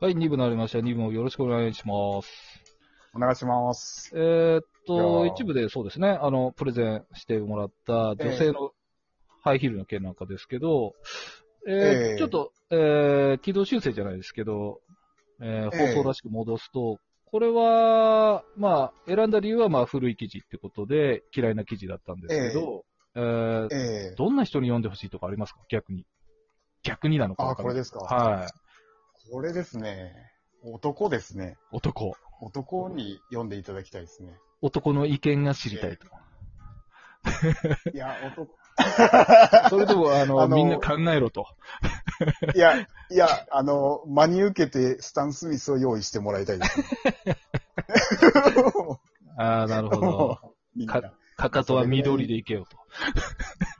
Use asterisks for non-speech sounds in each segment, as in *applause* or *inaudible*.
はい、2部になりました。2部もよろしくお願いします。お願いします。えーっいと、やー一部でそうですね、あの、プレゼンしてもらった女性のハイヒールの件なんかですけど、えーええちょっと、えー軌道修正じゃないですけど、えーええ放送らしく戻すと、これは、まあ、選んだ理由は、まあ、古い記事ってことで、嫌いな記事だったんですけど、えーええどんな人に読んでほしいとかありますか逆に。逆になのかあ、わかんこなれいですか。はい。これですね。男ですね。男。男に読んでいただきたいですね。男の意見が知りたいと。いや、男、 *laughs* それとも、あの、あのみんな考えろと。いや、いや、あの、真に受けてスタン・スミスを用意してもらいたいです、ね。 *laughs* ああ、なるほ *laughs* ど。みんな。かかとは緑でいけよ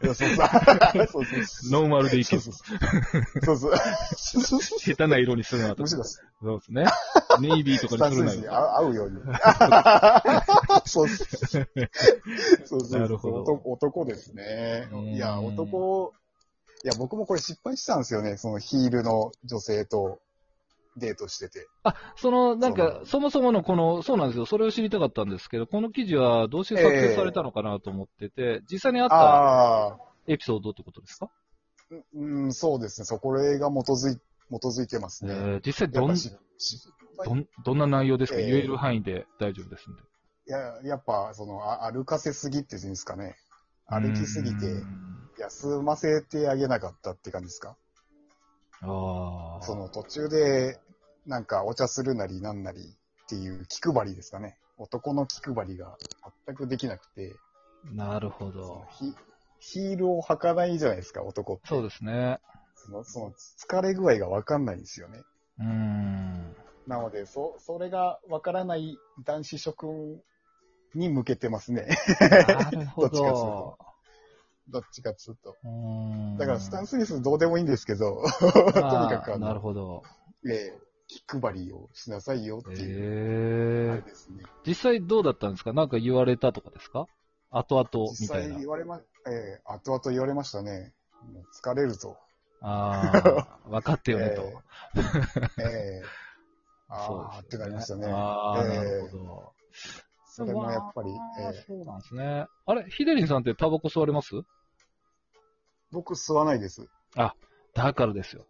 と。そうそう。そ *laughs* うそう。ノーマルでいけそうよそと。うそう。 *laughs* そうそう。下手な色にするなとむ。しそろ、うスですね。*laughs* ネイビーとかタン・にスするなミスによ。合うように。 *laughs* そうそう。そうそうそうなるほど男男ですねうん。いや、男、いや、僕もこれ失敗したんですよね。そのヒールの女性とデートしてて。その、なんかそ、そもそものこの、そうなんですよ。それを知りたかったんですけど、この記事はどうして撮影されたのかなと思ってて、実際にあったああ、エピソードってことですかうん、そうですね。そこれが基づい、基づいてますえね。ー実際やどっんぱ、し失敗どん、どんな内容ですかえ言ーえる範囲で大丈夫ですんで。いや、やっぱ、その、あ歩かせすぎっていうんですかね。歩きすぎてうー、ん休ませてあげなかったって感じですか。ああ。その途中で、なんかお茶するなりなんなりっていう気配りですかね。男の気配りが全くできなくて、なるほそのど。ヒヒールを履かないじゃないですか、男って。そうですね。そのその疲れ具合がわかんないんですよね。うーん。なので、そ、それがわからない男子諸君に向けてますね。 *laughs* なるほどっちかっていうどと。どっちかっつうと。うーんだから、スタン・スミスどうでもいいんですけど、まあとにかくあなるの、ほど。ええ気配りをしなさいよっていえう、あえれですね。実際どうだったんですかなんか言われたとかですか後々み実たい際な言。われま、ええ後々言われましたね。もう疲れると。ああ、分かってよねと。 *laughs* ええ *laughs* ええああ、そうっですてよなりましたね。ああ、ええなるほど。それもやっぱり、まあええそうなんですね。あれ、ヒデリンさんってタバコ吸われます僕吸わないです。だからですよ。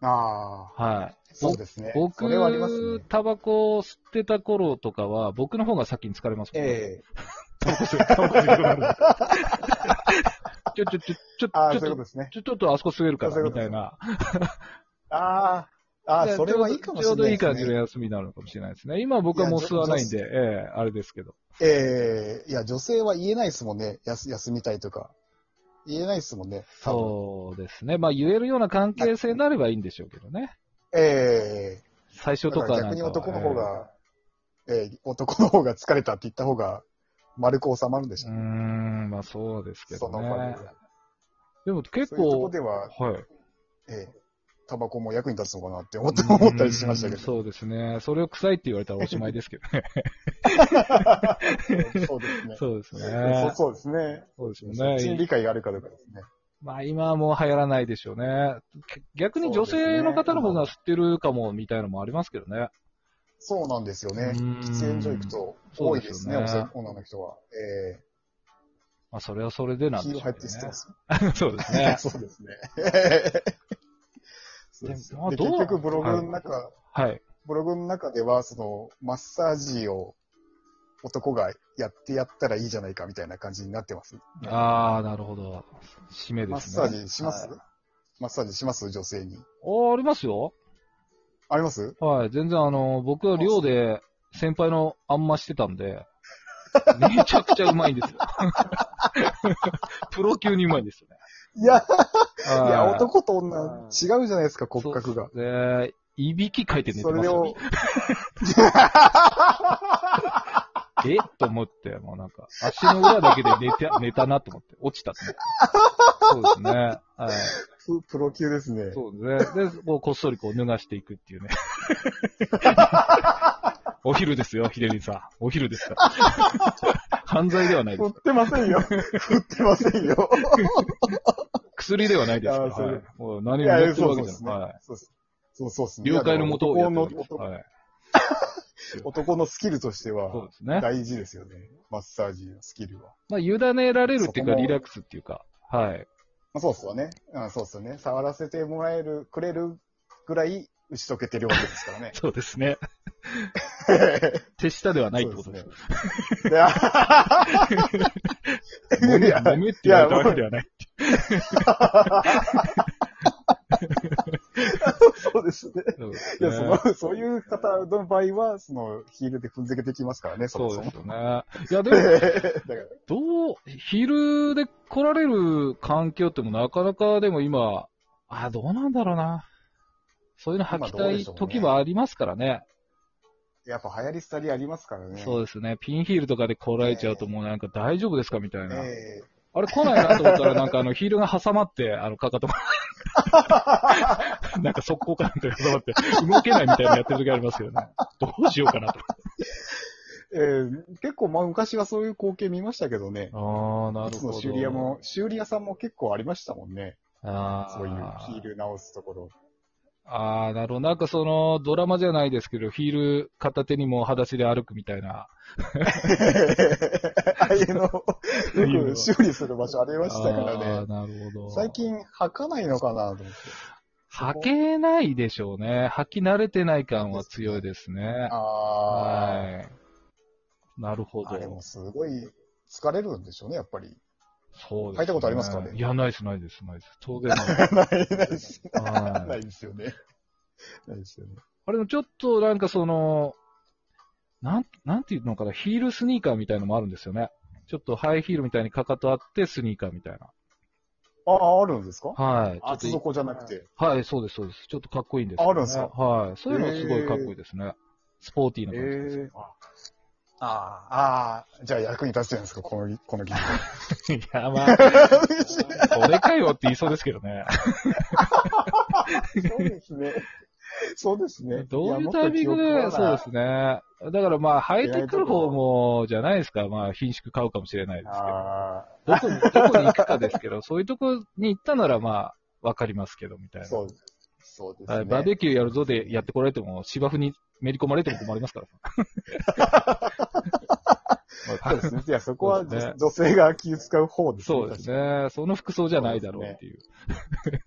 ああ、はい。そうですね。僕、それはありますね。タバコを吸ってた頃とかは、僕の方が先に疲れますもんね。ええタバコ吸うタバコ吸うようになる。ちょ、ちょ、ちょ、ちょ、ああ、ちょそういうっと、ことですね。ちょちょっとあそこ吸えるかあそら、ういうみことたでいすな。ああ、ああ、でそれはいいかもちしれないでょうすどいい感じのね。休みになるのかもしれないですね。今僕はもう吸わないんで、いええあれですけど。ええいや、女性は言えないですもんね。やす休みたいとか。言えないですもんね。多分そうですね。まあ言えるような関係性になればいいんでしょうけどね。ええ最初とだかかなんかはら逆に男の方が、ええ男の方が疲れたって言った方が、丸く収まるんでしうょーうね、ん、まあそうですけそどの場ねで。。でも結そういうと構こ、ではは、い。ええタバコも役に立つのかなって思って思ったりしましたけうんど。そうですね。それを臭いって言われたらおしまいですけどね。 *laughs* そうですね。そうですね。そうそうですね。そうですよそっちにね。理解があるかどうかですね。まあ今はもう流行らないでしょうね。逆に女性の方の方が吸ってるかもみたいなのもありますけどね。そうなんですよね。うん喫煙所行くと多いですね、そうですよね女の人は。えまあそれはそれでえなんヒでーしょうル入けってど捨てねま。す。。*laughs* そうですね *laughs* そうですね。 *laughs* そうですでまあよでどう結局ブログの中、はい。ブログの中では、その、マッサージを男がやってやったらいいじゃないかみたいな感じになってます。ああ、なるほど。締めですね。マッサージします、はいマッサージします女性に。ああ、ありますよ。ありますはい。全然、あの、僕は寮で先輩のあんましてたんで、めちゃくちゃうまいん *laughs* ですよ。プロ級にうまいんですよね。いや、はいいや、男と女違うじゃないですか、骨格が。そうで、いびきかいて寝てそまれすよ、をね。、え *laughs* と思って、もうなんか、足の裏だけで寝た、寝たなと思って、 *laughs* 落ちたと思って。そうですね。はい。ププロ級ですね。そうですね。で、こうこっそりこう脱がしていくっていうね。 *laughs* お昼ですよ、ヒデリンさん。お昼ですから。犯罪ではないで振す *laughs* っ。てませんよ。振ってませ *laughs* んよ。薬ではないですから。いやそれはいもう何もいややっ、てるそうわそけうじでゃなすい。ねはい。。そうですそうそうですね。了解のもといややっでてもお男りのます。男はい。男のスキルとしてそうはですね。大事ですよね。マッサージのスキルは。まあ、委ねられるっていうか、そこもリラックスっていうか、はい。。まあ、そうっすよね。うん、そうっすよね。触らせてもらえる、くれるぐらい打ち解けてるわけですからねそうです *laughs* ね。手下では *laughs* ないってことです。いや *laughs* 揉めいや揉めって言われたわけではない。そうですね。そうでいすや、そのね。、そういう方の場合は、その、ヒールで踏んづけてきますからね、そもそうそでも。すよね。いや、でも、 *laughs* だからどう、昼で来られる環境ってもなかなかでも今、あ、どうなんだろうな。そういうの履きたい時はありますからね。やっぱ流行り廃りありますからね。そううですね。ピンヒールとかで来られちゃうともうなんか大丈夫ですかみたいな。えあれ来ないなと思ったらなんかあのヒールが挟まって、あのかかと *laughs* がなんか速攻かなんか挟まって、動けないみたいなのやってる時ありますよね。どうしようかなと。えええ結構、まあ、昔はそういう光景見ましたけどね。ああ、なるつほのど。修理屋も、修理屋さんも結構ありましたもんね。あーそういうヒール直すところ。ああ、なるほど。なんかその、ドラマじゃないですけど、ヒール片手にもう裸足で歩くみたいな。ああいうの、よく修理する場所ありあましたからあーね。なるほど。最。近履かないのかなと思って。履けないでしょうね。履き慣れてない感は強いですね。あはい。なるほあ、あれもど。すごい疲れるんでしょうね、やっぱり。そうです、履いたことありますかねいや、ないです、ないです、ないです。当然ない。ない、ないです。はいないですよね。ないですよね。あれもちょっとなんかその、なん、なんていうのかな、ヒールスニーカーみたいのもあるんですよね。ちょっとハイヒールみたいにかかとあって、スニーカーみたいな。ああ、あるんですかはい。厚底じゃなくて。はい、そうです、そうです。ちょっとかっこいいんですよ、あるんですかはい。そういうのすごいかっこいいですね。スポーティーな感じです。ええああ、ああ、じゃあ役に立つじゃないですか、この、この技術。 *laughs* いや、まあ、これかよって言いそうですけどね。そうですね。そうですね。どういうタイミングで、そうですね。だからまあ、生えてくる方も、じゃないですか。まあ、品種買うかもしれないですあけど。どこに、どこに行くかですけど、そういうとこに行ったならまあ、わかりますけど、みたいあ、な。そう、そうですね。はい、バーベキューやるぞでやってこられても、芝生にめり込まれても困りますから。そうですね。いや、そこはそうですね女性が気を使う方ですそうです。ね。その服装じゃないだろうっていう。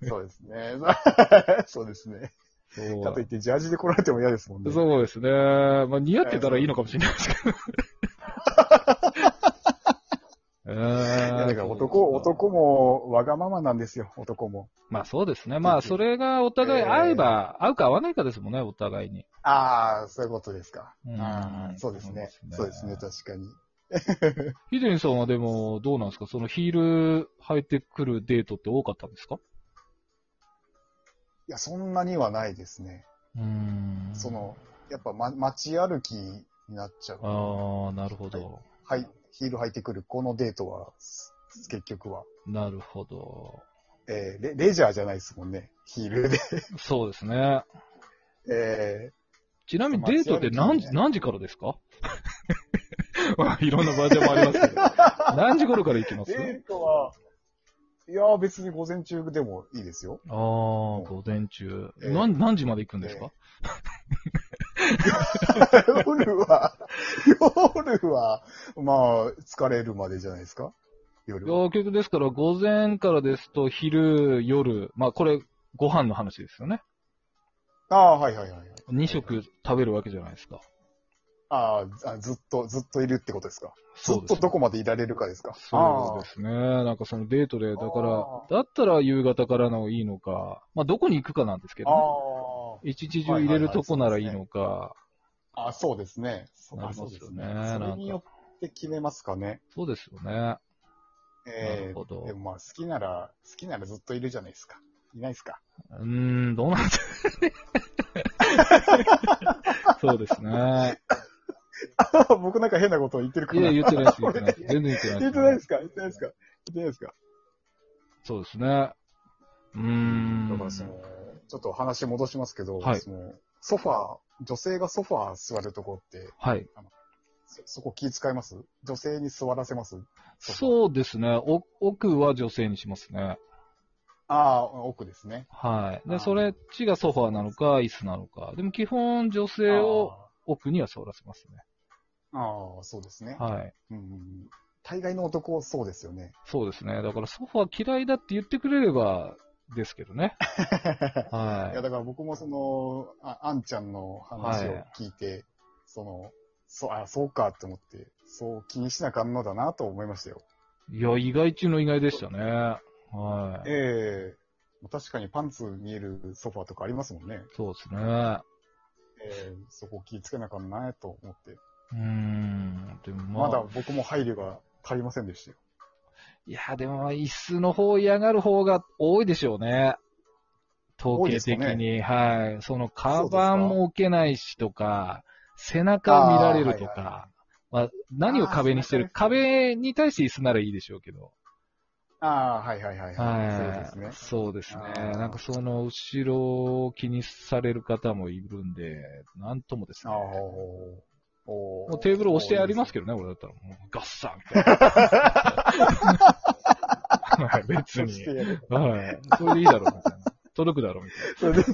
そうですね。 *laughs* そうですね。そうかといって、ジャージで来られても嫌ですもんね。そうですね。まあ、似合ってたらいいのかもしれないですけど。えいーやだから男、。男もわがままなんですよ、男も。まあそうですね。まあそれがお互い合えば、合うか合わないかですもんね、お互いに。ああ、そういうことですか。うんああ、そうですね。そそううでですすねね、確かに。ヒデンさんはでも、どうなんですかそのヒール履いてくるデートって多かったんですかいや、そんなにはないですね。うんその、やっぱ、ま、街歩きになっちゃう。ああ、なるほど。はい、ヒール履いてくるこのデートは、す結局は。なるほど。えーレ、レジャーじゃないですもんね、ヒールで。そうですね。えーちなみにデートってまあ何強いです時、ね何時からですか *laughs* まあいろんなバージョンもありますけ *laughs* ど。何時頃から行きますデートは、いやー、別に午前中でもいいで *laughs* すよ。ああ、午前中。ええ何、何時まで行くんですか、夜は、夜は、まあ、疲れるまでじゃないですか夜は。いや結局ですから、午前からですと、昼、夜、まあこれ、ご飯の話ですよね。ああ、はいはいはいはい。 2食食べるわけじゃないですか。あーあ、ずっと、ずっといるってことですか。ずそっうでとすどこまでいられるかですか。そうですね。なんかそのデートで、だからあ、だったら夕方からのいいのか、まあどこに行くかなんですけあどーね。あ一日中入れるとこならいいのか。ー。あ、そうですね。そなありまそうすでよすねね。それによって決めますかね。そうですよね。なるええほどでもまあ、好きなら、好きならずっといるじゃないですか。いないですか。 *laughs* うーん、どう *laughs* なんですかね。そうですね。僕なんか変なことを言ってるかいなや、言ってないです、言ってないです。全然言ってないです。言ってないですか言ってないですか言ってないですかそうですね。うーん。だからその、ちょっと話戻しますけど、はいそのソファー、女性がソファー座るとこって、はい。そそこ気使います女性に座らせますそうですね。お奥は女性にしますね。ああ、奥ですね。はい。あで、ーそれっちがソファーなのか、椅子なのか。でも基本女性を奥には座らせますね。あーあー、そうですね。はい。うんうん、大概の男、そうですよね。そうですね。だからソファー嫌いだって言ってくれれば、ですけど *laughs* ね。はいや、い。だから僕もその、ああんちゃんの話を聞いて、その、そあ、そうかって思って、そう気にしなかんのだなと思いましたよ。いや、意外中の意外でしたね。はい。ええ確かにパンツ見えるソファーとかありますもんね。そうですね。うええそこ気ぃつけなかんなと思って。ーん。でもまあま、だ僕も配慮が足りませんでしたよ。いや、でも、椅子の方嫌がる方が多いでしょうね。統計的多いですかに。はい。その、カそうですかバンも置けないしとか、背中見られるとあーはいはか、まあ、何を壁にしてるあー壁に対して椅子ならいいでしょうけど。ああ、はいはいはい、はい。そうですね。そうですね。あーなんかその、後ろを気にされる方もいるんで、なんともですあねあ。、おもうテーブル押してありますけけどね、俺だったら。もうガッサンみ *laughs* たいな。はい別に。はい。それでいいだろう、みたいな。届くだろう、みたいそれで *laughs*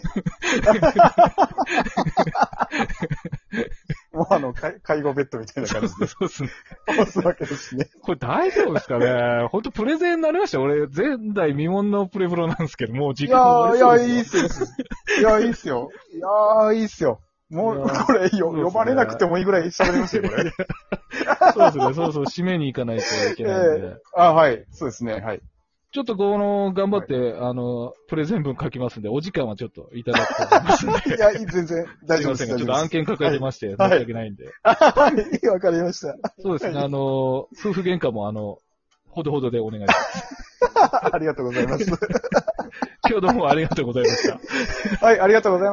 もうあの、介介護ベッドみたいな感じ *laughs* な。そうですね。で押すわけですね。これ大丈夫ですかね本当プレゼンになりました。俺、前代未聞のプレプロなんですけど、もうい時間や終いわや、りいそういでっすよ。いや、いいっすよ。いやいいっすよ。も、いうやーこれよ、そうですね呼ばれなくてもいいぐらい喋りましたよ、これ。すよ。そうですね。そうそう、締めに行かないといけないんで。あ、はい。そうですね、はい。ちょっとこの、頑張って、あの、プレゼン文書きますんで、お時間はちょっといただくと思いますんで。 *laughs* いや、いい全然、大すい丈夫までせす。んが、ちょっと案件抱えてまして、はい申し訳ないんで。大丈夫ですはい、わかりました。そうですね、あの、夫婦喧嘩も、あの、ほどほどでお願いします。 *laughs* ありがとうございます。今日どうもありがとうございました。はい、ありがとうございます。